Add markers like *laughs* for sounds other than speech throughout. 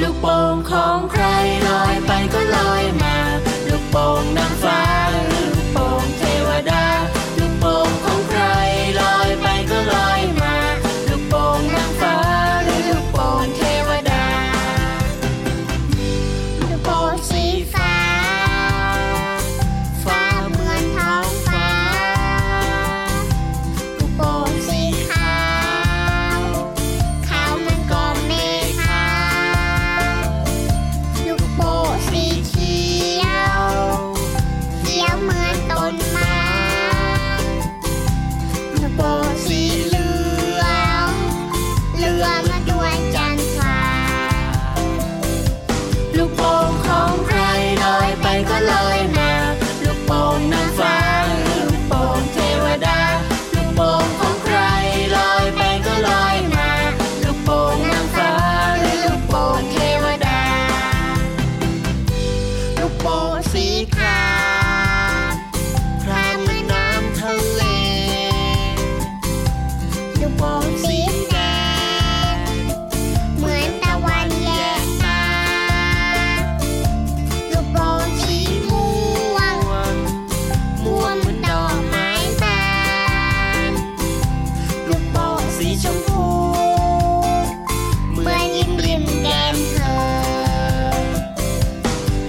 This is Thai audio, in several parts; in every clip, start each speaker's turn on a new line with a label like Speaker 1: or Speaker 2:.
Speaker 1: ลูกโป่งของใครลอยไปก็ลอยมา ลูกโป่งนางฟ้าหรือลูกโป่งเทวดา ลูกโป่งของใครลอยไปก็ลอยมา ลูกโป่งนางฟ้าหรือลูกโป่งเทวดา
Speaker 2: ลูกโป่งสีฟ้า ฟ้าเหมือนท้องฟ้า ลูกโป่งสีขาวขาวเหมันก็เมฆขาวลูกโป่งสีเขียวเขียวเหมือนต้นไม้ลูกโป่งสีเหลืองเหลืองเหมาด้วยจันทรา
Speaker 1: ลูกโป่งของใครลอยไปก็ลอยมา ลูกโป่งนางฟ้าหรือลูกโป่งเทวดา ลูกโป่งของใครลอยไปก็ลอยมา ลูกโป่งนางฟ้าหรือลูกโป่งเทวดา ลูกโป่งสีขาวครามในน้ำทะเล
Speaker 2: ลูกโป่งสีแดง เหมือนตะวันแยกตาลูกโป่งสีม่วงม่วงเหมือนดอกไม้บานลูกโป่งสีชมพูเหมือนยิ้มริมแก้มเธอ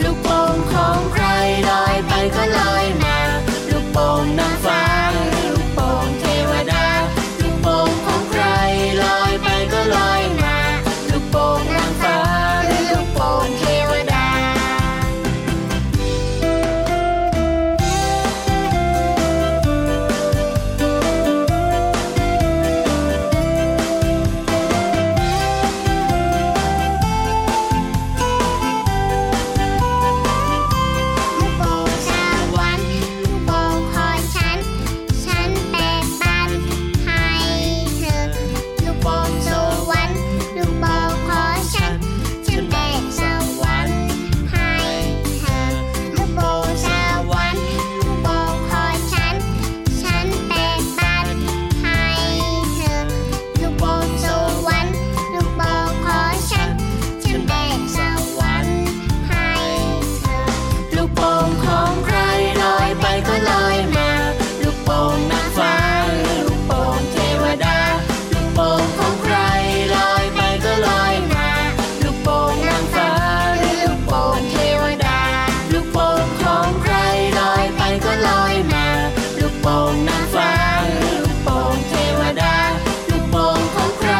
Speaker 1: ลูกโป่งของใครลอยไปก็ลอยมา ลูกโป่งนางฟ้าหรือลูกโป่งเทวดา ลูกโป่งของใครลอยไปก็ลอยมา ลูกโป่งนางฟ้าหรือลูกโป่งเทวดา
Speaker 2: ลูกโป่งสวรรค์ลูกโป่งของฉัน ฉันแบ่งปันให้เธอ ลูกโป่งสวรรค์ลูกโป่งของฉัน ฉันแบ่งสวรรค์ให้เธอ ลูกโป่งสวรรค์ลูกโป่งของฉัน ฉันแบ่งปันให้เธอ ลูกโป่งสวรรค์ลูกโป่งของฉัน ฉันแบ่งสวรรค์ให้เธอ
Speaker 1: ลูกโป่งของใครลอยไปก็ลอยมา ลูกโป่งนางฟ้าหรือลูกโป่งเทวดา ลูกโป่งของใครลอยไปก็ลอยมา ลูกโป่งนางฟ้าหรือลูกโป่งเทวดา ลูกโป่งของใครลอยไปก็ลอยมา ลูกโป่งนางฟ้าหรือลูกโป่งเทวดา ลูกโป่งของใคร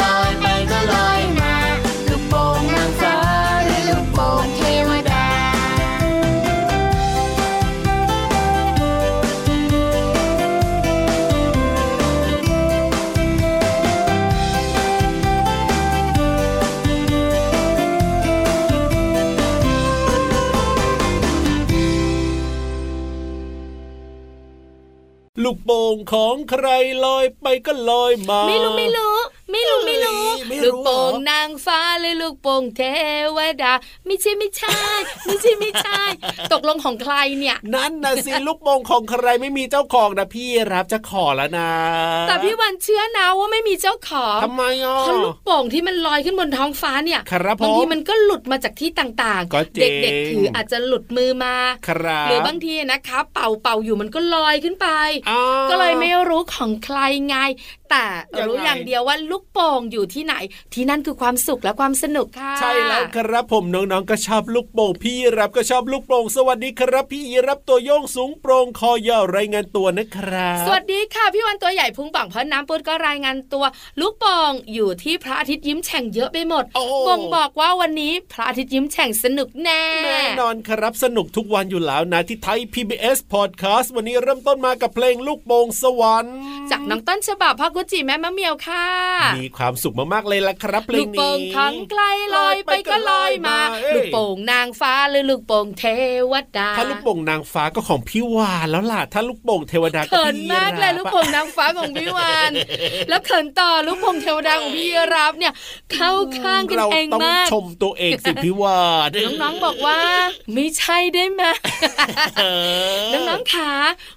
Speaker 1: ลอยไปก็ลอยมา ลูกโป่งนางฟ้าหรือลูกโป่งเทวดา
Speaker 3: ลูกโป่งของใครลอยไปก็ลอยมา
Speaker 4: ไม่รู้ไม่รู้ ไม่รู้ไม่รู้
Speaker 3: เอ้ยไม่รู้
Speaker 4: ลูกโป่ง
Speaker 3: เหรอ
Speaker 4: นางฟ้าหรือลูกโป่งเทวดา ไม่ใช่ไม่ใช่ ไม่ใช่ไม่ใช่ ตกลงของใครเนี่ย
Speaker 3: นั่นนะสิ *laughs* ลูกโป่งของใครไม่มีเจ้าของนะพี่รับจะขอแล้วนะ
Speaker 4: แต่พี่วันเชื่อนะว่าไม่มีเจ้าของ
Speaker 3: ทำไมอ่ะ
Speaker 4: เพราะลูกโป่งที่มันลอยขึ้นบนท้องฟ้าเนี่ย
Speaker 3: ครับผม
Speaker 4: บางทีมันก็หลุดมาจากที่ต่าง
Speaker 3: ก็จริ
Speaker 4: เ
Speaker 3: ง
Speaker 4: ด็กๆถืออาจจะหลุดมือมา
Speaker 3: ครับ
Speaker 4: หรือบางทีนะคะ เป่าเป่าอยู่มันก็ลอยขึ้นไป
Speaker 3: อ้าว
Speaker 4: ก็เลยไม่รู้ของใครไง แต่รู้
Speaker 3: ยังไง
Speaker 4: อย่างเดียวว่าลูกโป่งอยู่ที่ไหน ที่นั่นคือความสุขและความสนุกค่ะ
Speaker 3: ใช่แล้วครับผมน้องๆก็ชอบลูกโป่งพี่รับก็ชอบลูกโป่งสวัสดีครับ พี่รับตัวโยงสูงโปรงคอยาวรายงานตัวนะครับ
Speaker 4: สวัสดีค่ะ พี่วันตัวใหญ่พุงป่องพอน้ำปุดก็รายงานตัว ลูกโป่งอยู่ที่พระอาทิตย์ยิ้มแฉ่งเยอะไปหมด
Speaker 3: โอ้
Speaker 4: บ่งบอกว่าวันนี้พระอาทิตย์ยิ้มแฉ่งสนุกแน่
Speaker 3: แน่นอนครับสนุกทุกวันอยู่แล้วนะที่ไทย PBS Podcast วันนี้เริ่มต้นมากับเพลงลูกโป่งสวรรค์
Speaker 4: จากน้องต้นฉบับพ่อ กุจิแม่มะเหมียวค่ะ
Speaker 3: มีความสุขมากๆเลยล่ะครับเพล
Speaker 4: ลู
Speaker 3: ง
Speaker 4: ก
Speaker 3: นี้
Speaker 4: โป่งของไกลลอยไปก็ลอยมา
Speaker 3: เอ้ย
Speaker 4: ลูกโป่งนางฟ้าหรือลูกโป่งเทวดา
Speaker 3: ถ้าลูกโป่งนางฟ้าก็ของพี่วานแล้วล่ะ ถ้าลูกโป่งเทวดาก็
Speaker 4: เขิน
Speaker 3: พี่
Speaker 4: มากเลย
Speaker 3: รับ
Speaker 4: ลูกโป่งนางฟ้าของพี่ว *laughs* านแล้วเขินต่อลูกโป่งเทวดาของพี่รับเนี่ย เข้าข้างกัน
Speaker 3: เรา
Speaker 4: เอง
Speaker 3: ต้อง
Speaker 4: มาก
Speaker 3: ชมตัวเองสิพี่วาน
Speaker 4: น้องๆบอกว่า ไม่ใช่ได้ไหม
Speaker 3: เออ
Speaker 4: น้องๆขา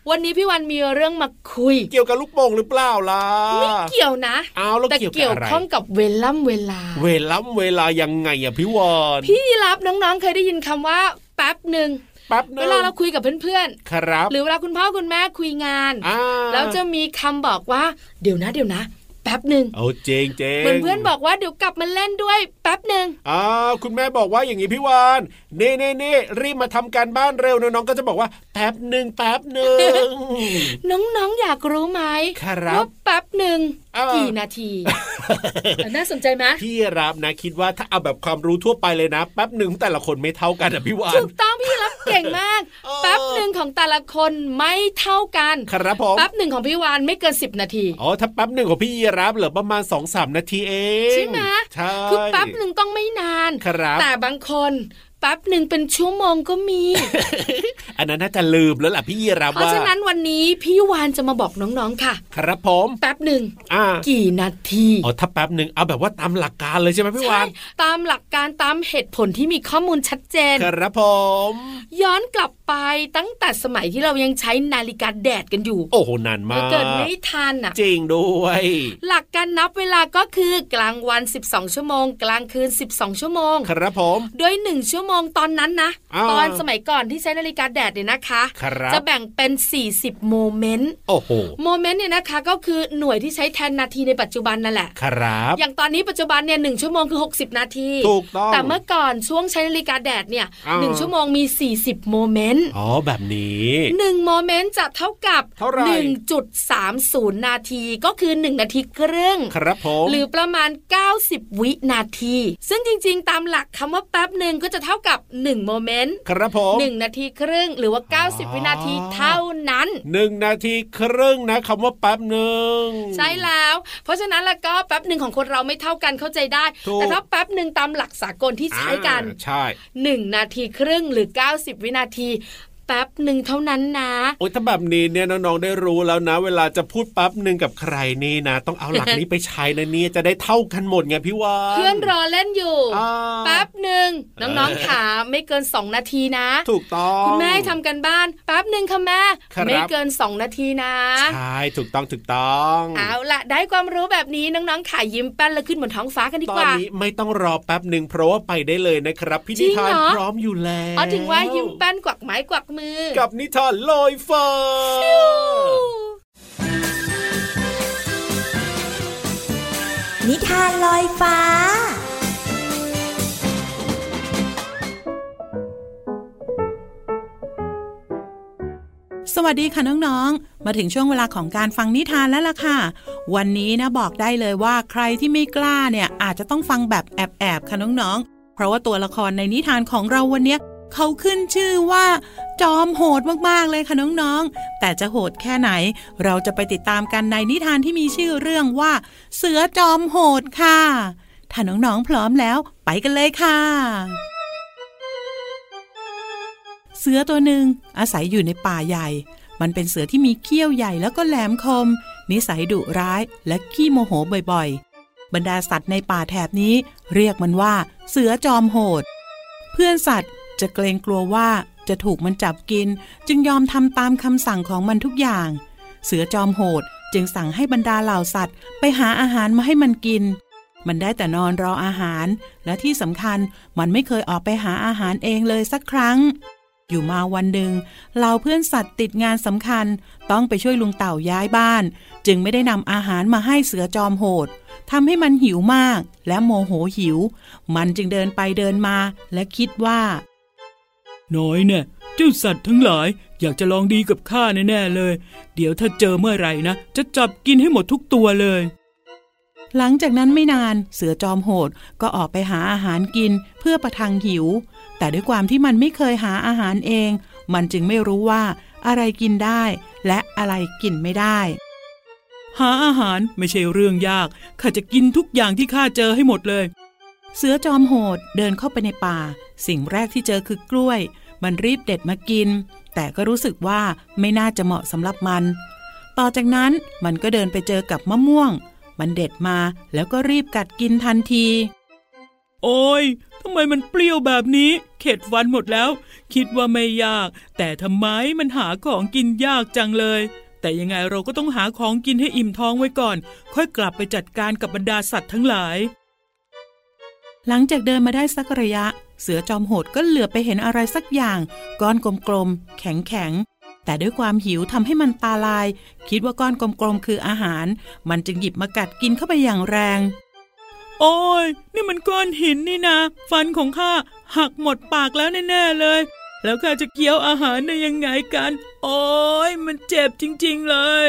Speaker 4: วันนี้พี่วันมีเรื่องมาคุย
Speaker 3: เกี่ยวกับลูกโป่งหรือเปล่าล่ะ
Speaker 4: ไม่เกี่ยวนะ
Speaker 3: เอาแล้ว
Speaker 4: แต่
Speaker 3: เกี่ยวกั
Speaker 4: เกี่
Speaker 3: บ
Speaker 4: ยว
Speaker 3: อะไร
Speaker 4: ข้องกับเวล่ำเวลา
Speaker 3: เวลาเวลายังไงอะพี่วาน
Speaker 4: พี่รับน้องๆเคยได้ยินคำว่าแป๊บหนึ่ง
Speaker 3: แป๊บนึง
Speaker 4: เวลาเราคุยกับเพื่อน
Speaker 3: ครับ
Speaker 4: ๆ หรือเวลาคุณพ่อคุณแม่คุยงาน
Speaker 3: า
Speaker 4: แล้วจะมีคำบอกว่า เดี๋ยวนะเดี๋ยวนะ แป๊บหนึ่ง
Speaker 3: เอาเจงเจง
Speaker 4: เหมือนเพื่อนบอกว่าเดี๋ยวกลับมาเล่นด้วยแป๊บหนึ่ง
Speaker 3: อ่าคุณแม่บอกว่าอย่างนี้พี่วานเน่เน่เน่รีบมาทำการบ้านเร็วน้องๆก็จะบอกว่าแป๊บหนึ่งแป๊บหนึ่ง
Speaker 4: น้องๆอยากรู้ไหม
Speaker 3: ครับ
Speaker 4: ว่าแป๊บหนึ่ง
Speaker 3: เออ
Speaker 4: กี่นา
Speaker 3: *laughs*
Speaker 4: ทีเออน่าสนใจไหม
Speaker 3: พี่รับนะคิดว่าถ้าเอาแบบความรู้ทั่วไปเลยนะแป๊บหนึ่งแต่ละคนไม่เท่ากันอะพี่วาน
Speaker 4: ถูกต้องพี่รับเก่งมาก
Speaker 3: *laughs* เออ
Speaker 4: แป๊บหนึ่งของแต่ละคนไม่เท่ากัน
Speaker 3: ครับผม
Speaker 4: แป๊บหนึ่งของพี่วานไม่เกิน 10 นาที
Speaker 3: อ๋อถ้าแป๊บหนึ่งของพี่รับเหลือประมาณ2อสนาทีเอง
Speaker 4: ใช่ไหม
Speaker 3: ใช่
Speaker 4: คือแป๊บหนึ่งต้องไม่นาน
Speaker 3: ครับ
Speaker 4: แต่บางคนแป๊บหนึ่งเป็นชั่วโมงก็มี
Speaker 3: อันนั้นน่าจะลืมแล้วล่ะพี่รับ
Speaker 4: เพราะ
Speaker 3: ว่า
Speaker 4: ฉะนั้นวันนี้พี่วานจะมาบอกน้องๆค่ะ
Speaker 3: ครับผม
Speaker 4: แป๊บหนึ่ง
Speaker 3: อ่า
Speaker 4: กี่นาที
Speaker 3: อ๋อถ้าแป๊บหนึ่งเอาแบบว่าตามหลักการเลยใช่ไหมพี่
Speaker 4: ใช่
Speaker 3: วาน
Speaker 4: ตามหลักการตามเหตุผลที่มีข้อมูลชัดเจน
Speaker 3: ครับผม
Speaker 4: ย้อนกลับไปตั้งแต่สมัยที่เรายังใช้นาฬิกาแดดกันอยู่
Speaker 3: โอ้โหนานมา
Speaker 4: เรา
Speaker 3: ก
Speaker 4: เกิดไม่ทันอ่ะ
Speaker 3: จริงด้วย
Speaker 4: หลักการนับเวลาก็คือกลางวัน 12 ชั่วโมง กลางคืน 12 ชั่วโมง
Speaker 3: ครับผม
Speaker 4: ด้วยหนึ่งชั่วโมงตอนนั้นนะ
Speaker 3: อ่า
Speaker 4: ตอนสมัยก่อนที่ใช้นาฬิกาแดดเนี่ยนะคะ
Speaker 3: ครับ
Speaker 4: จะแบ่งเป็น 40 โมเมนต์
Speaker 3: โอ้โห
Speaker 4: โมเมนต์เนี่ยนะคะก็คือหน่วยที่ใช้แทนนาทีในปัจจุบันนั่นแหละ
Speaker 3: ครับ
Speaker 4: อย่างตอนนี้ปัจจุบันเนี่ยหนึ่งชั่วโมงคือ 60 นาที
Speaker 3: ถูกต้อง
Speaker 4: แต่เมื่อก่อนช่วงใช้นาฬิกาแดดเนี่ย
Speaker 3: อ่า
Speaker 4: หนึ่งชั่วโมงมี 40 โมเมนต์
Speaker 3: อ๋อแบบนี้
Speaker 4: หนึ่งโมเมนต์จะเท่ากับ
Speaker 3: เท่าไหร่
Speaker 4: 1.30 นาทีก็คือ 1 นาทีครึ่ง
Speaker 3: ครับผม
Speaker 4: หรือประมาณ 90 วินาที ซึ่งจริงๆ ตามหลักคำว่าแป๊บหนึ่งก็จะเท่ากับ 1 โมเมนต์
Speaker 3: ครับผม
Speaker 4: 1นาทีครึ่ง หรือว่า 90 วินาทีเท่านั้น
Speaker 3: หนึ่งนาทีครึ่งนะคำว่าแป๊บหนึ่ง
Speaker 4: ใช่แล้ว เพราะฉะนั้นแล้วก็แป๊บหนึ่งของคนเราไม่เท่ากันเข้าใจได้
Speaker 3: ถูก
Speaker 4: แต่ถ้าแป๊บหนึ่งตามหลักสากลที่ใช้กัน
Speaker 3: อ่าใช่
Speaker 4: 1 นาทีครึ่งหรือ 90 วินาที แป๊บหนึ่งเท่านั้นนะ
Speaker 3: โอ้ยถ้าแบบนี้เนี่ยน้องๆได้รู้แล้วนะ เวลาจะพูดแป๊บหนึ่งกับใครนี่นะ ต้องเอาหลักนี้ไปใช้นะเนี่ยจะได้เท่ากันหมดไงพี่วาน
Speaker 4: เพื่อนรอเล่นอยู่
Speaker 3: อ่า
Speaker 4: แป๊บหนึ่งน้องๆขาไม่เกิน 2 นาทีนะ
Speaker 3: ถูกต้อง
Speaker 4: คุณแม่ให้ทำกันบ้านแป๊บหนึ่งค่ะแม่
Speaker 3: ครับ
Speaker 4: ไม่เกิน 2 นาทีนะ
Speaker 3: ใช่ถูกต้องถูกต้อง
Speaker 4: เอาละได้ความรู้แบบนี้น้องๆขายิ้มแป้นแล้วขึ้นบนท้องฟ้ากันดี
Speaker 3: ตอก น
Speaker 4: ว่า
Speaker 3: นี้ไม่ต้องรอแป๊บหนึ่งเพราะว่าไปได้เลยนะครับ พี่นิทาน
Speaker 4: จริงเหรอ
Speaker 3: พร้อมอยู่แล้ว
Speaker 4: เอาถึงว่ายิ้มแป้นกวักไม้กวักมือ
Speaker 3: กับนิทานลอยฟ้า
Speaker 5: นิทานลอยฟ้า
Speaker 6: สวัสดีค่ะน้องๆ มาถึงช่วงเวลาของการฟังนิทานแล้วล่ะค่ะ วันนี้นะบอกได้เลยว่าใครที่ไม่กล้าเนี่ยอาจจะต้องฟังแบบแอบๆ ค่ะน้องๆ เพราะว่าตัวละครในนิทานของเราวันเนี้ยเขาขึ้นชื่อว่า จอมโหดมากๆเลยค่ะน้องๆ แต่จะโหดแค่ไหน เราจะไปติดตามกันในนิทานที่มีชื่อเรื่องว่า เสือจอมโหดค่ะ ถ้าน้องๆ พร้อมแล้วไปกันเลยค่ะ เสือตัวหนึ่งอาศัยอยู่ในป่าใหญ่ มันเป็นเสือที่มีเขี้ยวใหญ่แล้วก็แหลมคม นิสัยดุร้ายและขี้โมโหบ่อยๆ บรรดาสัตว์ในป่าแถบนี้ เรียกมันว่า เสือจอมโหด เพื่อนสัตว์จะเกรงกลัวว่าจะถูกมันจับกิน จึงยอมทำตามคำสั่งของมันทุกอย่าง เสือจอมโหดจึงสั่งให้บรรดาเหล่าสัตว์ ไปหาอาหารมาให้มันกิน มันได้แต่นอนรออาหาร และที่สำคัญมันไม่เคยออกไปหาอาหารเองเลยสักครั้ง อยู่มาวันหนึ่งเหล่าเพื่อนสัตว์ติดงานสำคัญ ต้องไปช่วยลุงเต่าย้ายบ้าน จึงไม่ได้นำอาหารมาให้เสือจอมโหดทำให้มันหิวมาก และโมโหหิว มันจึงเดินไปเดินมาและคิดว่า
Speaker 7: น้อยเนี่ยเจ้าสัตว์ทั้งหลายอยากจะลองดีกับข้าแน่ๆเลย เดี๋ยวถ้าเจอเมื่อไหร่นะ จะจับกินให้หมดทุกตัวเลย
Speaker 6: หลังจากนั้นไม่นานเสือจอมโหดก็ออกไปหาอาหารกินเพื่อประทังหิว แต่ด้วยความที่มันไม่เคยหาอาหารเอง มันจึงไม่รู้ว่าอะไรกินได้ และอะไรกินไม่ได้
Speaker 7: หาอาหารไม่ใช่เรื่องยาก ข้าจะกินทุกอย่างที่ข้าเจอให้หมดเลย
Speaker 6: เสือจอมโหดเดินเข้าไปในป่า สิ่งแรกที่เจอคือกล้วย มันรีบเด็ดมากิน แต่ก็รู้สึกว่าไม่น่าจะเหมาะสำหรับมัน ต่อจากนั้นมันก็เดินไปเจอกับมะม่วง มันเด็ดมาแล้วก็รีบกัดกินทันที
Speaker 7: โอ้ยทำไมมันเปรี้ยวแบบนี้ เข็ดฟันหมดแล้ว คิดว่าไม่ยาก แต่ทำไมมันหาของกินยากจังเลย แต่ยังไงเราก็ต้องหาของกินให้อิ่มท้องไว้ก่อน ค่อยกลับไปจัดการกับบรรดาสัตว์ทั้งหลาย
Speaker 6: หลังจากเดินมาได้สักระยะ เสือจอมโหดก็เหลือบไปเห็นอะไรสักอย่าง ก้อนกลมๆ แข็งๆ แต่ด้วยความหิวทำให้มันตาลาย คิดว่าก้อนกลมๆ คืออาหาร มันจึงหยิบมากัดกินเข้าไปอย่างแรง
Speaker 7: โอ้ย นี่มันก้อนหินนี่นะ ฟันของข้าหักหมดปากแล้วแน่ๆเลย แล้วข้าจะเคี้ยวอาหารได้ยังไงกัน โอ้ย มันเจ็บจริงๆเลย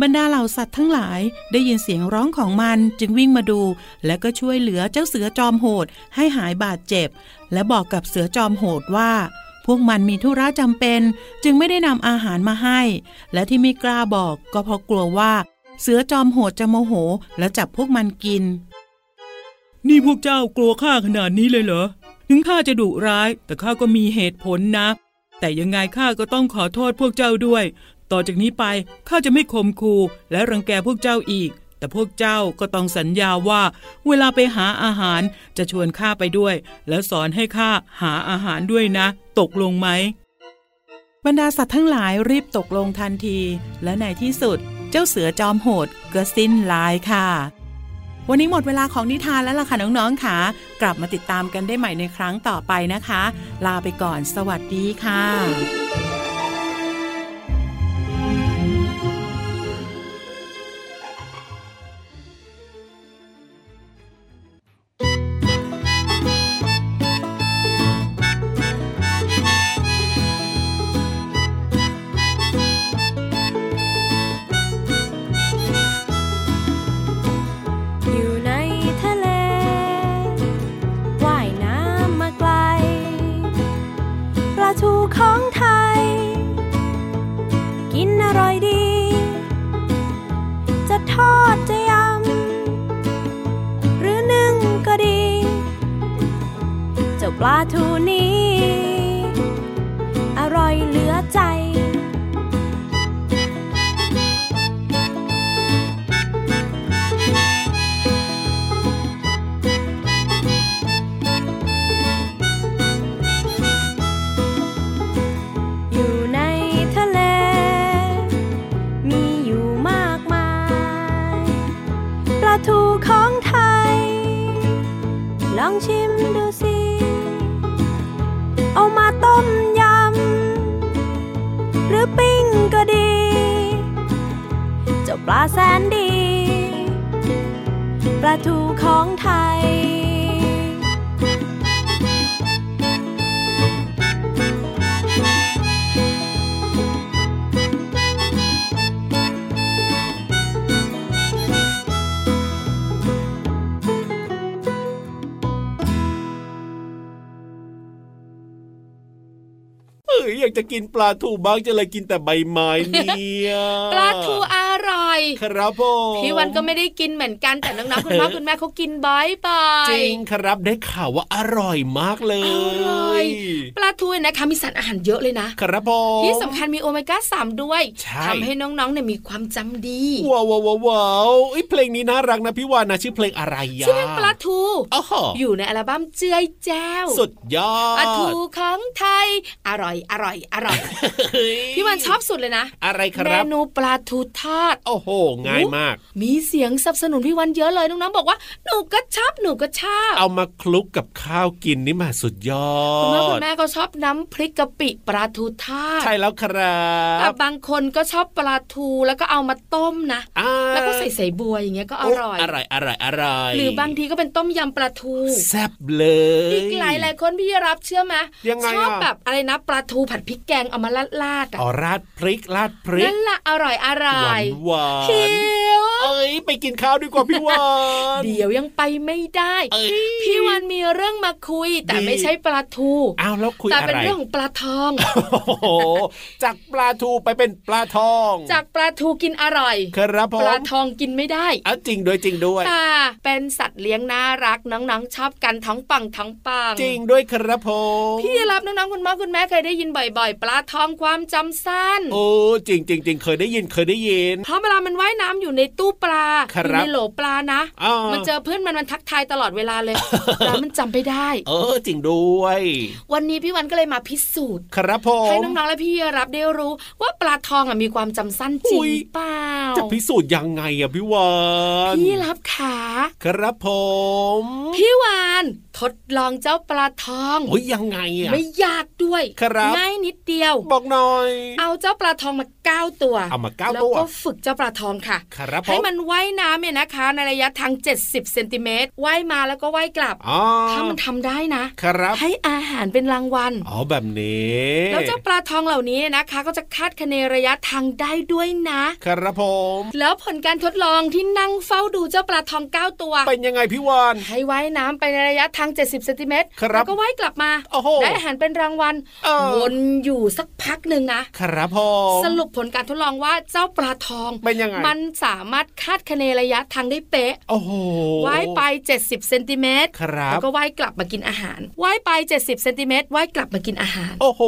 Speaker 6: บรรดาเหล่าสัตว์ทั้งหลายได้ยินเสียงร้องของมันจึงวิ่งมาดู แล้วก็ช่วยเหลือเจ้าเสือจอมโหดให้หายบาดเจ็บ และบอกกับเสือจอมโหดว่า พวกมันมีธุระจำเป็น จึงไม่ได้นำอาหารมาให้ และที่ไม่กล้าบอกก็เพราะกลัวว่า เสือจอมโหดจะโมโห แล้วจับพวกมันกิน
Speaker 7: นี่พวกเจ้ากลัวข้าขนาดนี้เลยเหรอ ถึงข้าจะดุร้าย แต่ข้าก็มีเหตุผลนะ แต่ยังไงข้าก็ต้องขอโทษพวกเจ้าด้วย ต่อจากนี้ไปข้าจะไม่ข่มขู่และรังแกพวกเจ้าอีก แต่พวกเจ้าก็ต้องสัญญาว่า เวลาไปหาอาหารจะชวนข้าไปด้วย และสอนให้ข้าหาอาหารด้วยนะ ตกลงไหม
Speaker 6: บรรดาสัตว์ทั้งหลายรีบตกลงทันที และในที่สุดเจ้าเสือจอมโหดก็สิ้นลายค่ะ วันนี้หมดเวลาของนิทานแล้วล่ะค่ะน้องๆค่ะ กลับมาติดตามกันได้ใหม่ในครั้งต่อไปนะคะ ลาไปก่อนสวัสดีค่ะ
Speaker 8: อยู่ในทะเล ว่ายน้ำมาไกล ปลาทูของไทย กินอร่อยดี จะทอดจะยำ หรือนึ่งก็ดี เจ้าปลาทูนี้ อร่อยเหลือใจ อยู่ในทะเล มีอยู่มากมาย ปลาทูของไทย ลองชิมดูสิ เอามาต้มยำ หรือปิ้งก็ดี เจ้าปลาแสนดี ปลาทูของไทย
Speaker 3: เอ้ยอยากจะกินปลาทูบ้างจะเลยกินแต่ใบไม้เนี่ย
Speaker 4: ปลาทูอร่อย
Speaker 3: ครับผม
Speaker 4: พี่วันก็ไม่ได้กินเหมือนกันแต่น้องๆคุณพ่อคุณแม่เขากินบ่อยๆ
Speaker 3: จริงครับได้ข่าวว่าอร่อยมากเล
Speaker 4: อร่อย
Speaker 3: ย
Speaker 4: ปลาทูเนี่ยนะคะมีสารอาหารเยอะเลยนะ
Speaker 3: ครับผม
Speaker 4: ที่สำคัญมีโอเมก้าสามด้วย
Speaker 3: ใช่
Speaker 4: ทำให้น้องๆเนี่ยมีความจำดี
Speaker 3: ว้าวว้าวว้าวว้าวเอ้ยเพลงนี้น่ารักนะพี่วานนะชื่อเพลงอะไรอ่ะ
Speaker 4: ชื่อเพลงปลาทู
Speaker 3: อ๋ออ
Speaker 4: อยู่ในอัลบั้มเจือยแจ้ว
Speaker 3: สุดยอด
Speaker 4: ปลาทูของไทย อร่อยอร่อยอร่อย
Speaker 3: เฮ้ย
Speaker 4: พี่วันชอบสุดเลยนะ
Speaker 3: อะไรค
Speaker 4: เม
Speaker 3: รับ
Speaker 4: นูปลาทูทอด
Speaker 3: โอ้โห ง่ายมาก
Speaker 4: มีเสียงสนับสนุนพี่วันเยอะเลยน้องๆบอกว่าหนูก็ชอบหนูก็ชอบ
Speaker 3: เอามาคลุกกับข้าวกินนี่มาสุดยอ
Speaker 4: คุณพ่อคุ
Speaker 3: ด
Speaker 4: ณแม่ก็ชอบน้ำพริกกะปิปลาทูทอด
Speaker 3: ใช่แล้วครั
Speaker 4: แต่
Speaker 3: บบ
Speaker 4: างคนก็ชอบปลาทูแล้วก็เอามาต้มนะ
Speaker 3: อ่า
Speaker 4: แล้วก็ใส่ใส่บัวอย่างเงี้ยก็อร่อย
Speaker 3: อร่อย อร่อย อร่อย
Speaker 4: หรือบางทีก็เป็นต้มยำปลาทู
Speaker 3: แซ่บเลย
Speaker 4: อีกหลายหลายๆคนพี่รับเชื่อไหม
Speaker 3: ยังไง
Speaker 4: ชอบ
Speaker 3: อะ
Speaker 4: แบบอะไรนะปลาทู ปูผัดพริกแกงเอามาลาดลาดๆอะ
Speaker 3: อ๋อราดพริกราดพริก
Speaker 4: นั่นละอร่อยอ
Speaker 3: ห
Speaker 4: ร่อ
Speaker 3: วาย นหวาน
Speaker 4: หิว
Speaker 3: เอ้ยไปกินข้าวดีกว่าพี่วาน
Speaker 4: เดี๋ยวยังไปไม่ได้
Speaker 3: เอ้ย
Speaker 4: พี่วันมีเรื่องมาคุย แต่
Speaker 3: ดี
Speaker 4: ไม่ใช่ปลาทู
Speaker 3: อ้าวแล้วคุย
Speaker 4: แต่
Speaker 3: อะ
Speaker 4: เป็น
Speaker 3: ไร
Speaker 4: เรื่องของปลาทอง
Speaker 3: *laughs* โอ้โหจากปลาทูไปเป็นปลาทอง
Speaker 4: จากปลาทูกินอร่อย
Speaker 3: ครับผ
Speaker 4: ปลาม ทองกินไม่ได้
Speaker 3: อ้าวจริงด้วยจริงด้วย
Speaker 4: ค่ะเป็นสัตว์เลี้ยงน่ารักน้องๆ ชอบกันท้องปังท้องปัง
Speaker 3: จริงด้วยครับผม
Speaker 4: พี่รับน้องๆคุณพ่อคุณแม่เคยได้ยินบ่อย ๆ ปลาทองความจำสั้น
Speaker 3: โอ้จริงจริงจริงเคยได้ยินเคยได้ยิน
Speaker 4: เพราะเวลามันว่ายน้ำอยู่ในตู้ปลา
Speaker 3: ค
Speaker 4: อยู่
Speaker 3: รับ
Speaker 4: ในโหลปลานะ
Speaker 3: อ่า
Speaker 4: มันเจอเพื่อนมันมันทักทายตลอดเวลา
Speaker 3: *laughs*
Speaker 4: เลย แล้วมันจำไม่ได้
Speaker 3: เออจริงด้วย
Speaker 4: วันนี้พี่วันก็เลยมาพิสูจน์
Speaker 3: ครับผม
Speaker 4: ให้น้องๆและพี่รับได้รู้ ว่าปลาทองอะมีความจำสั้นจริง
Speaker 3: อุ๊ย
Speaker 4: เปล่า
Speaker 3: จะพิสูจน์ยังไงอะพี่วาน
Speaker 4: พี่รับขา
Speaker 3: ครับผม
Speaker 4: พี่วานทดลองเจ้าปลาทอง
Speaker 3: โอ้ยยังไงอะ
Speaker 4: ไม่ยากด้วย
Speaker 3: ครับ
Speaker 4: ง่ายนิดเดียว
Speaker 3: บอกหน่อย
Speaker 4: เอาเจ้าปลาทองมาเก้าตัว
Speaker 3: เอามาเก้า
Speaker 4: แล้ว
Speaker 3: ตัว
Speaker 4: ก็ฝึกเจ้าปลาทองค่ะ
Speaker 3: ครับผม
Speaker 4: ให้มันว่ายน้ำเนี่ยนะคะ ในระยะทาง 70เซนติเมตรว่ายมาแล้วก็ว่ายกลับ
Speaker 3: อ๋อ
Speaker 4: ถ้ามันทำได้นะ
Speaker 3: ครับ
Speaker 4: ให้อาหารเป็นรางวัล
Speaker 3: อ๋อแบบนี้
Speaker 4: แล้วเจ้าปลาทองเหล่านี้นะคะ ก็จะคาดคะเนระยะทางได้ด้วยนะ
Speaker 3: ครับผม
Speaker 4: แล้วผลการทดลองที่นั่งเฝ้าดูเจ้าปลาทอง 9 ตัว
Speaker 3: เป็นยังไงพี่วาน
Speaker 4: ให้ว่ายน้ำไปในระยะทาง 70เซนติเมตร
Speaker 3: ครับ
Speaker 4: แล้วก็ว่ายกลับมา
Speaker 3: โอ้โห
Speaker 4: ได้อาหารเป็นรางวัล
Speaker 3: เออ
Speaker 4: วนอยู่สักพักหนึ่งนะ
Speaker 3: ครับผม
Speaker 4: สรุปผลการทดลองว่าเจ้าปลาทอง
Speaker 3: เป็นยังไง
Speaker 4: มันสามารถคาดคะเนระยะทางได้เป๊ะ
Speaker 3: โอ้โห
Speaker 4: ว่ายไป 70เซนติเมตร
Speaker 3: ครั
Speaker 4: แล้
Speaker 3: บ
Speaker 4: วก็ว่ายกลับมากินอาหารว่ายไป 70เซนติเมตรว่ายกลับมากินอาหาร
Speaker 3: โอ้โห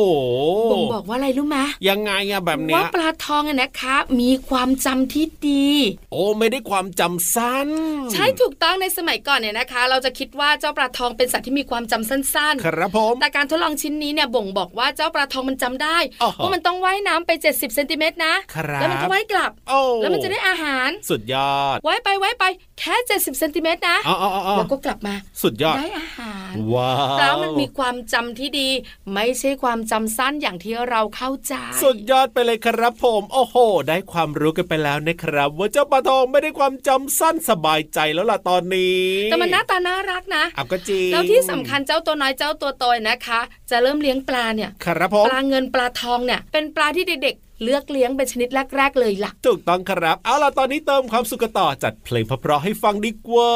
Speaker 4: บ่งบอกว่าอะไรรู้ไหม
Speaker 3: ยังไงอะแบบเนี้
Speaker 4: ว่าย ปลาทองเนี่ยนะคะ มีความจำที่ดี
Speaker 3: โอ้ไม่ได้ความจำสั้น
Speaker 4: ใช่ถูกต้องในสมัยก่อนเนี่ยนะคะ เราจะคิดว่าเจ้าปลาทองเป็นสัตว์ที่มีความจำสั้นๆ
Speaker 3: ครับผม
Speaker 4: แต่การทดลองชิ้นนี้เนี่ยบ่งบอกว่าเจ้าปลาทองมันจำได้
Speaker 3: อ๋อ
Speaker 4: ว่ามันต้องว่ายน้ำไป 70เซนติเมตรนะครับ แล้วมันก็ว่ายกลับ
Speaker 3: โอ้
Speaker 4: แล้วมันจะได้อาหาร
Speaker 3: สุดยอด
Speaker 4: ว่ายไปว่ายไปแค่ 70เซนติเมตรนะ
Speaker 3: อ๋ออ๋ออ๋อ
Speaker 4: แล้วก็กลับมา
Speaker 3: สุดยอด
Speaker 4: ได้อาหาร
Speaker 3: ว้าว
Speaker 4: แล้วมันมีความจำที่ดี ไม่ใช่ความจำสั้นอย่างที่เราเข้าใจ
Speaker 3: สุดยอดไปเลยครับผม โอ้โห ได้ความรู้กันไปแล้วนะครับ ว่าเจ้าปลาทองไม่ได้ความจำสั้นสบายใจแล้วล่ะตอนนี้
Speaker 4: แต่มันหน้าตาน่ารักนะ
Speaker 3: เอาก็จริง
Speaker 4: แล้วที่สำคัญเจ้าตัวน้อยเจ้าตัวโตเนี่ยนะคะ จะเริ่มเลี้ยงปลาเนี่ย
Speaker 3: ครับผม
Speaker 4: ปลาเงินปลาทองเนี่ยเป็นปลาที่เด็กๆเลือกเลี้ยงเป็นชนิดแรก ๆ เลยล่ะ
Speaker 3: ถูกต้องครับ เอาล่ะตอนนี้เติมความสุขกันต่อจัดเพลงเพราะๆให้ฟังดีกว่า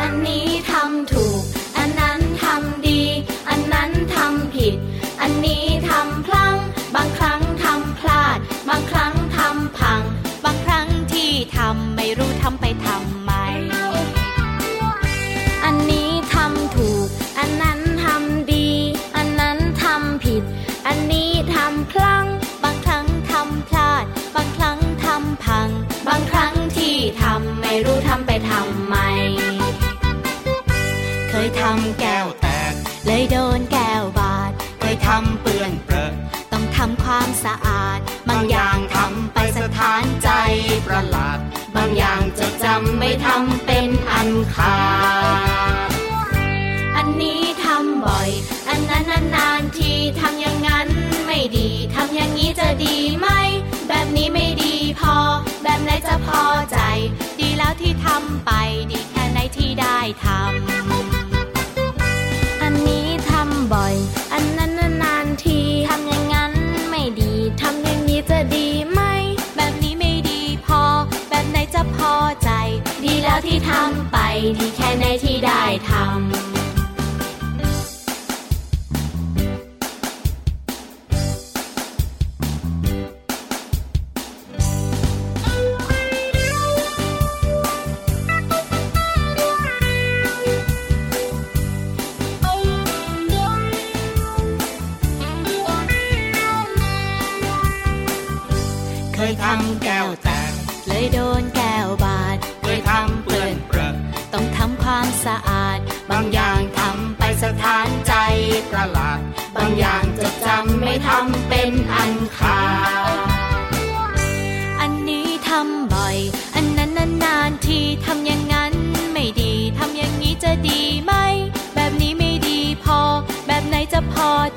Speaker 8: อันนี้ทำถูก อันนั้นทำดี อันนั้นทำผิด อันนี้ทำพลั้ง บางครั้งทำพลาด บางครั้งทำพัง บางครั้งที่ทำไม่รู้ทำไปทำไม อันนี้ทำถูก อันนั้นทำดี อันนั้นทำผิด อันนี้ทำพลั้ง บางครั้งทำพลาด บางครั้งทำพัง บางครั้งที่ทำไม่รู้ทำไปทำไม เคยทำแก้วแตก เลยโดนแก้วบาด เคยทำเปื้อนเปรอะต้องทำความสะอาด บางอย่างทำไปสถานใจประหลาด บางอย่างจดจำไม่ทำเป็นอันขาด อันนี้ทำบ่อย อันนั้นนานๆทีทำอย่างนั้นไม่ดี ทำอย่างนี้จะดีไหม แบบนี้ไม่ดีพอ แบบไหนจะพอใจ ดีแล้วที่ทำไป ดีแค่ไหนที่ได้ทำ อันนี้ทำบ่อย อันนั้นนานๆทีทำอย่างนั้นไม่ดี ทำอย่างนี้จะดีไหม แบบนี้ไม่ดีพอ แบบไหนจะพอใจ ดีแล้วที่ทำไป ดีแค่ไหนที่ได้ทำ เคยทำแก้วแตก เลยโดนแก้วบาด เคยทำเปื้อนเปรอะต้องทำความสะอาด บางอย่างทำไปสถานใจประหลาด บางอย่างจดจำไม่ทำเป็นอัน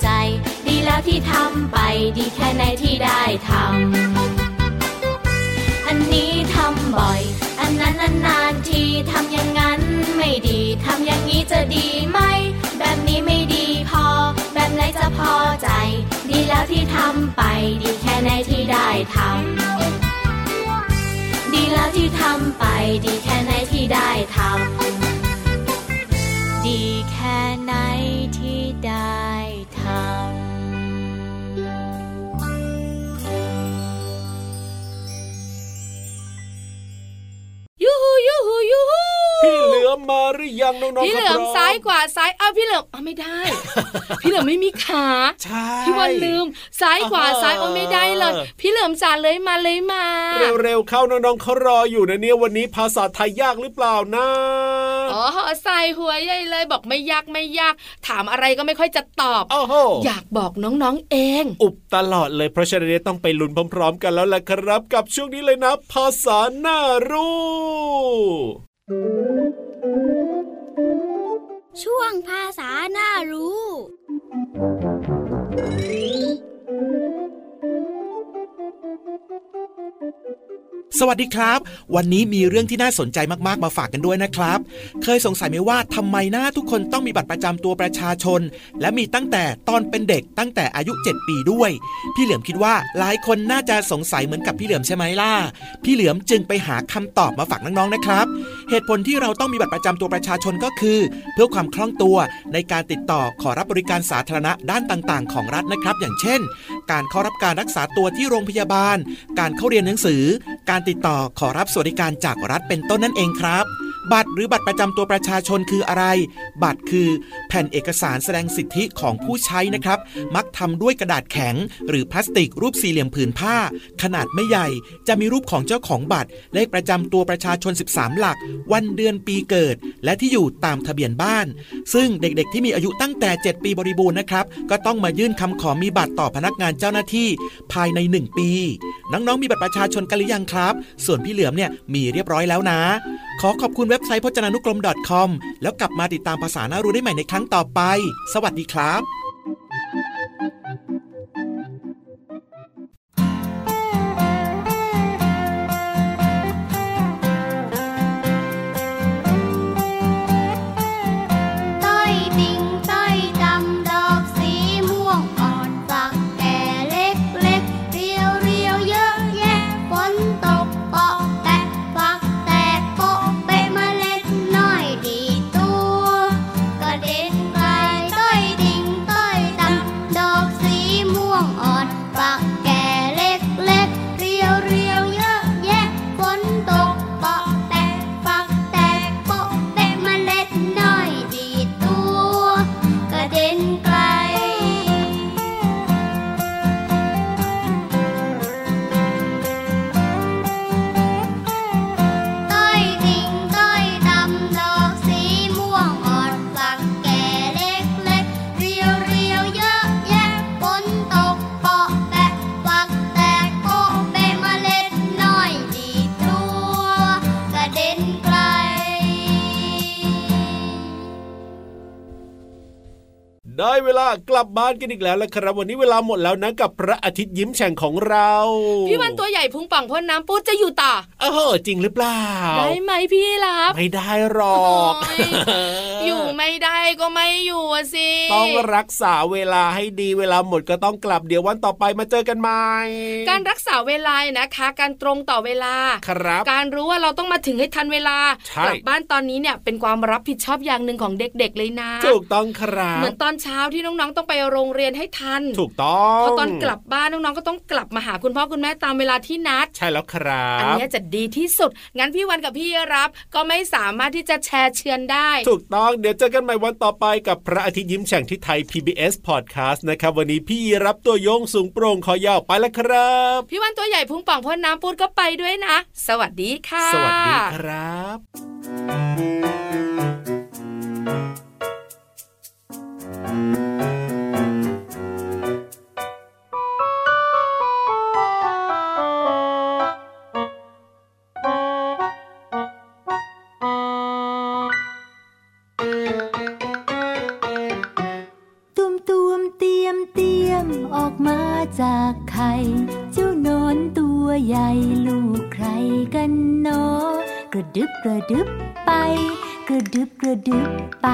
Speaker 8: ทำไปดีแค่ไหนที่ได้ทำ อันนี้ทำบ่อย อันนั้นนานๆทีทำอย่างนั้นไม่ดี ทำอย่างนี้จะดีไหม แบบนี้ไม่ดีพอ แบบไหนจะพอใจ ดีแล้วที่ทำไป ดีแค่ไหนที่ได้ทำ ดีแล้วที่ทำไป ดีแค่ไหนที่ได้ทำ ดีแค่ไหนที่ได้ทำ
Speaker 4: ยูฮูยูฮูยูฮู
Speaker 3: พี่เหลือมมาหรือยังน้องๆ
Speaker 4: พี่เห
Speaker 3: ค
Speaker 4: ลื
Speaker 3: รั
Speaker 4: อบ ม
Speaker 3: พร้
Speaker 4: ซ้ายกว่าซ้ายเอาพี่เหลือมเอาไม่ได้
Speaker 3: *laughs*
Speaker 4: พี่เหลือมไม่มีขา
Speaker 3: ใช่
Speaker 4: พี่วันลืมซ้ายขวา
Speaker 3: อ่าฮะ
Speaker 4: ซ้ายโอ้ไม่ได้เลย พี่เหลือมจ่าเลยมาเลยมา
Speaker 3: เร็วๆเข้าน้องๆเขารออยู่นะเนี่ยวันนี้ภาษาไทยยากหรือเปล่านะ
Speaker 4: อ๋อใส่หัวใหญ่เลยบอกไม่ยากไม่ยาก ถามอะไรก็ไม่ค่อยจะตอบ
Speaker 3: โอ้โห
Speaker 4: อยากบอกน้องๆเอง
Speaker 3: อุบตลอดเลยเพราะฉะนั้นต้องไปลุ้นพร้อม ๆ กันแล้วล่ะครับ กับช่วงนี้เลยนะ ภาษาหน้ารู้
Speaker 2: ช่วงภาษาน่ารู้
Speaker 9: สวัสดีครับ วันนี้มีเรื่องที่น่าสนใจมากๆมาฝากกันด้วยนะครับ เคยสงสัยไหมว่าทำไมหน้าทุกคนต้องมีบัตรประจำตัวประชาชน และมีตั้งแต่ตอนเป็นเด็กตั้งแต่อายุ 7 ปีด้วย พี่เหลือมคิดว่าหลายคนน่าจะสงสัยเหมือนกับพี่เหลือมใช่ไหมล่ะพี่เหลือมจึงไปหาคำตอบมาฝากน้องๆนะครับ เหตุผลที่เราต้องมีบัตรประจำตัวประชาชนก็คือ เพื่อความคล่องตัวในการติดต่อขอรับบริการสาธารณะด้านต่างๆ ของรัฐนะครับ อย่างเช่น การเข้ารับการรักษาตัวที่โรงพยาบาล การเข้าเรียนหนังสือ การติดต่อขอรับสวัสดิการจากรัฐเป็นต้นนั่นเองครับ บัตรหรือบัตรประจำตัวประชาชนคืออะไร บัตรคือแผ่นเอกสารแสดงสิทธิของผู้ใช้นะครับ มักทำด้วยกระดาษแข็ง หรือพลาสติกรูปสี่เหลี่ยมผืนผ้า ขนาดไม่ใหญ่ จะมีรูปของเจ้าของบัตร เลขประจำตัวประชาชน 13 หลัก วันเดือนปีเกิด และที่อยู่ตามทะเบียนบ้าน ซึ่งเด็กๆที่มีอายุตั้งแต่ 7 ปีบริบูรณ์นะครับ ก็ต้องมายื่นคำขอมีบัตรต่อพนักงานเจ้าหน้าที่ภายใน 1 ปี น้องๆ มีบัตรประชาชนกันหรือยังครับ ส่วนพี่เหลือมเนี่ยมีเรียบร้อยแล้วนะ ขอขอบคุณเว็บไซต์พจนานุกรม .com แล้วกลับมาติดตามภาษาหน้ารู้ได้ใหม่ในครั้งต่อไป สวัสดีครับ
Speaker 2: ต้อยติ่งต้อยดำดอกสีม่วงอ่อนฝักแก่เล็กเล็กเรียวเรียวเยอะแยะฝนตกเปาะแตะฝักแตกโปะเปะเมล็ดน้อยดีตัวกระเด็นไกลต้อยติ่งต้อยดำดอกสีม่วงอ่อนฝักแก่เล็กเล็กเรียวเรียวเยอะแยะฝนตกเปาะแตะฝักแตกโปะเปะเมล็ดน้อยดีดตัวกระเด็นไกล ต้อยติ่งต้อยดำดอกสีม่วงอ่อนฝักแก่เล็กเล็กเรียวเรียวเยอะแยะฝนตกเปาะแปะฝักแตกโปะเปะเมล็ดน้อยดีดตัวกระเด็นไกล
Speaker 3: ได้เวลากลับบ้านกันอีกแล้วละครับ วันนี้เวลาหมดแล้วนะกับพระอาทิตย์ยิ้มแฉ่งของเรา
Speaker 4: พี่วันตัวใหญ่พุงป่องพ่นน้ำปูดจะอยู่ต่อ
Speaker 3: เออจริงหรือเปล่า
Speaker 4: ได้ไหมพี่รับ
Speaker 3: ไม่ได้หรอก
Speaker 4: โอ้
Speaker 3: *laughs*
Speaker 4: ย อยู่ไม่ได้ก็ไม่อยู่อะสิ
Speaker 3: ต้องรักษาเวลาให้ดีเวลาหมดก็ต้องกลับเดี๋ยววันต่อไปมาเจอกันใหม่
Speaker 4: การรักษาเวลาเนี่ยนะคะ การตรงต่อเวลา
Speaker 3: ครับ
Speaker 4: การรู้ว่าเราต้องมาถึงให้ทันเวลา
Speaker 3: ใช่
Speaker 4: กลับ้านตอนนี้เนี่ยเป็นความรับผิดชอบอย่างหนึ่งของเด็กๆเลยนะ
Speaker 3: ถูกต้องครั
Speaker 4: เห
Speaker 3: บ
Speaker 4: มือนตอนเช้าที่น้องๆต้องไปโรงเรียนให้ทัน
Speaker 3: ถูกต้อง
Speaker 4: พอตอนกลับบ้านน้องๆก็ต้องกลับมาหาคุณพ่อคุณแม่ตามเวลาที่นัด
Speaker 3: ใช่แล้วครั
Speaker 4: อัน
Speaker 3: บ
Speaker 4: เนี้ยจะดีที่สุด งั้นพี่วันกับพี่รับ ก็ไม่สามารถที่จะแชร์เชือนได้
Speaker 3: ถูกต้องเดี๋ยวเจอกันใหม่วันต่อไปกับพระอาทิตย์ยิ้มแฉ่งที่ไทย PBS Podcast นะครับ วันนี้พี่รับตัวโยงสูงโปร่งคอยาวไปแล้วครับ
Speaker 4: พี่วันตัวใหญ่พุงป่องพ่นน้ำปูดก็ไปด้วยนะ สวัสดีค่ะ
Speaker 3: สวัสดีครับ
Speaker 8: ตุมตุมเตรียมเตรียมออก
Speaker 10: ไข่ เจ้าหนอนตัวใหญ่ลูกใครกันเนาะกระดึบกระดึบไป กระดึบกระดึบไป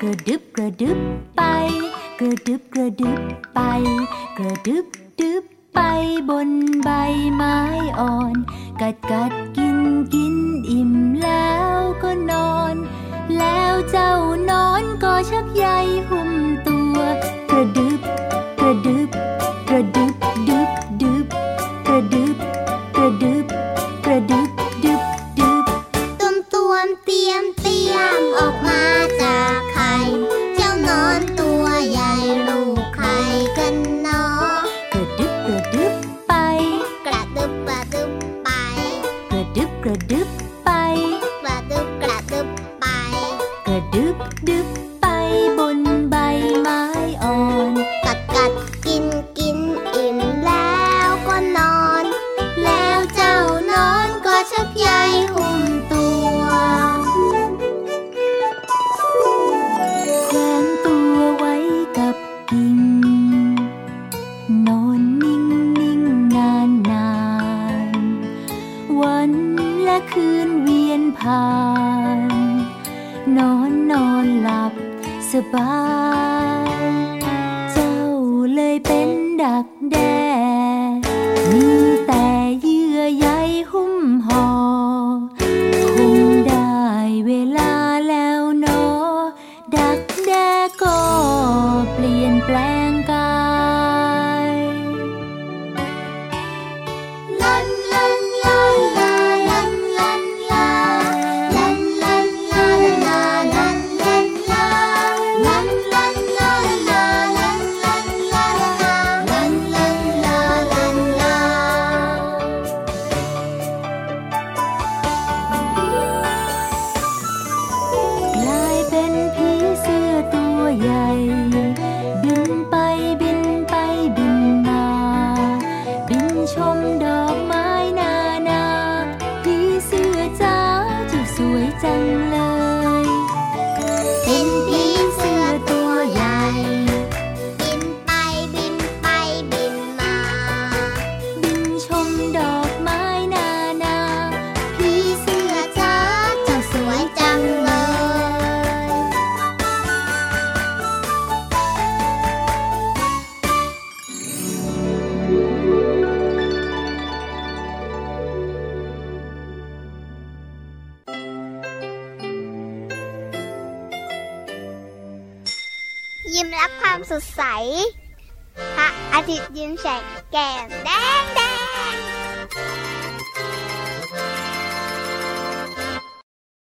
Speaker 10: กระดึบกระดึบไป กระดึบกระดึบไป กระดึบดึบไปบนใบไม้อ่อน กัดกัดกินกินอิ่มแล้วก็นอน แล้วเจ้านอนก็ชักใยหุ้มตัว กระดึบกระดึบกระดึบดึบดึบกระดึบกระดึบกระดึบดึบดึบ
Speaker 11: ตุ่มตวมเตรียมเตรียมออกมาจากไข่ เจ้านอนตัวใหญ่ลูกไข่กันเนาะ
Speaker 10: กระดึบกระดึบไป
Speaker 11: กระดึบกระดึบไป
Speaker 10: กระดึบกระดึบไป
Speaker 11: กระดึบกระดึบไป
Speaker 10: กระดึบดึบไปบนใบไม้อ่อน
Speaker 11: กัดกัดกินกินอิ่มแล้วก็นอน แล้วเจ้านอนก็ชักใยหุ้มตัว
Speaker 10: แขวนตัวไว้กับกิ่ง นอนนิ่งนิ่งนานนานวันและคืนเวียนผ่าน นอนนอนหลับสบาย เจ้าเลยเป็นดักแด้มีแต่เยื่อใยหุ้มห่อคงได้เวลาแล้วเนาะ ดักแด้ก็เปลี่ยนแปลงกาย
Speaker 11: ลันลันลาลาลันลันลาลันลันลาลาลันลันลาลันลันลาลาลันลันลาลันลันลาลันลา
Speaker 10: กลายเป็นผีเสื้อตัวใหญ่ บินไปบินไปบินมา บินชมดอกไม้นานาผีเสื้อจ้าเจ้าสวยจังเลย
Speaker 11: เป็นผีเสื้อตัวใหญ่ บินไปบินไปบินมา
Speaker 10: บินชมดอกไม้นานา
Speaker 11: ผีเสื้อจ้าเจ้าสวยจังเลย ยิ้มรับความสดใส พระอาทิตย์ยิ้มแฉกแก้มแดงแดง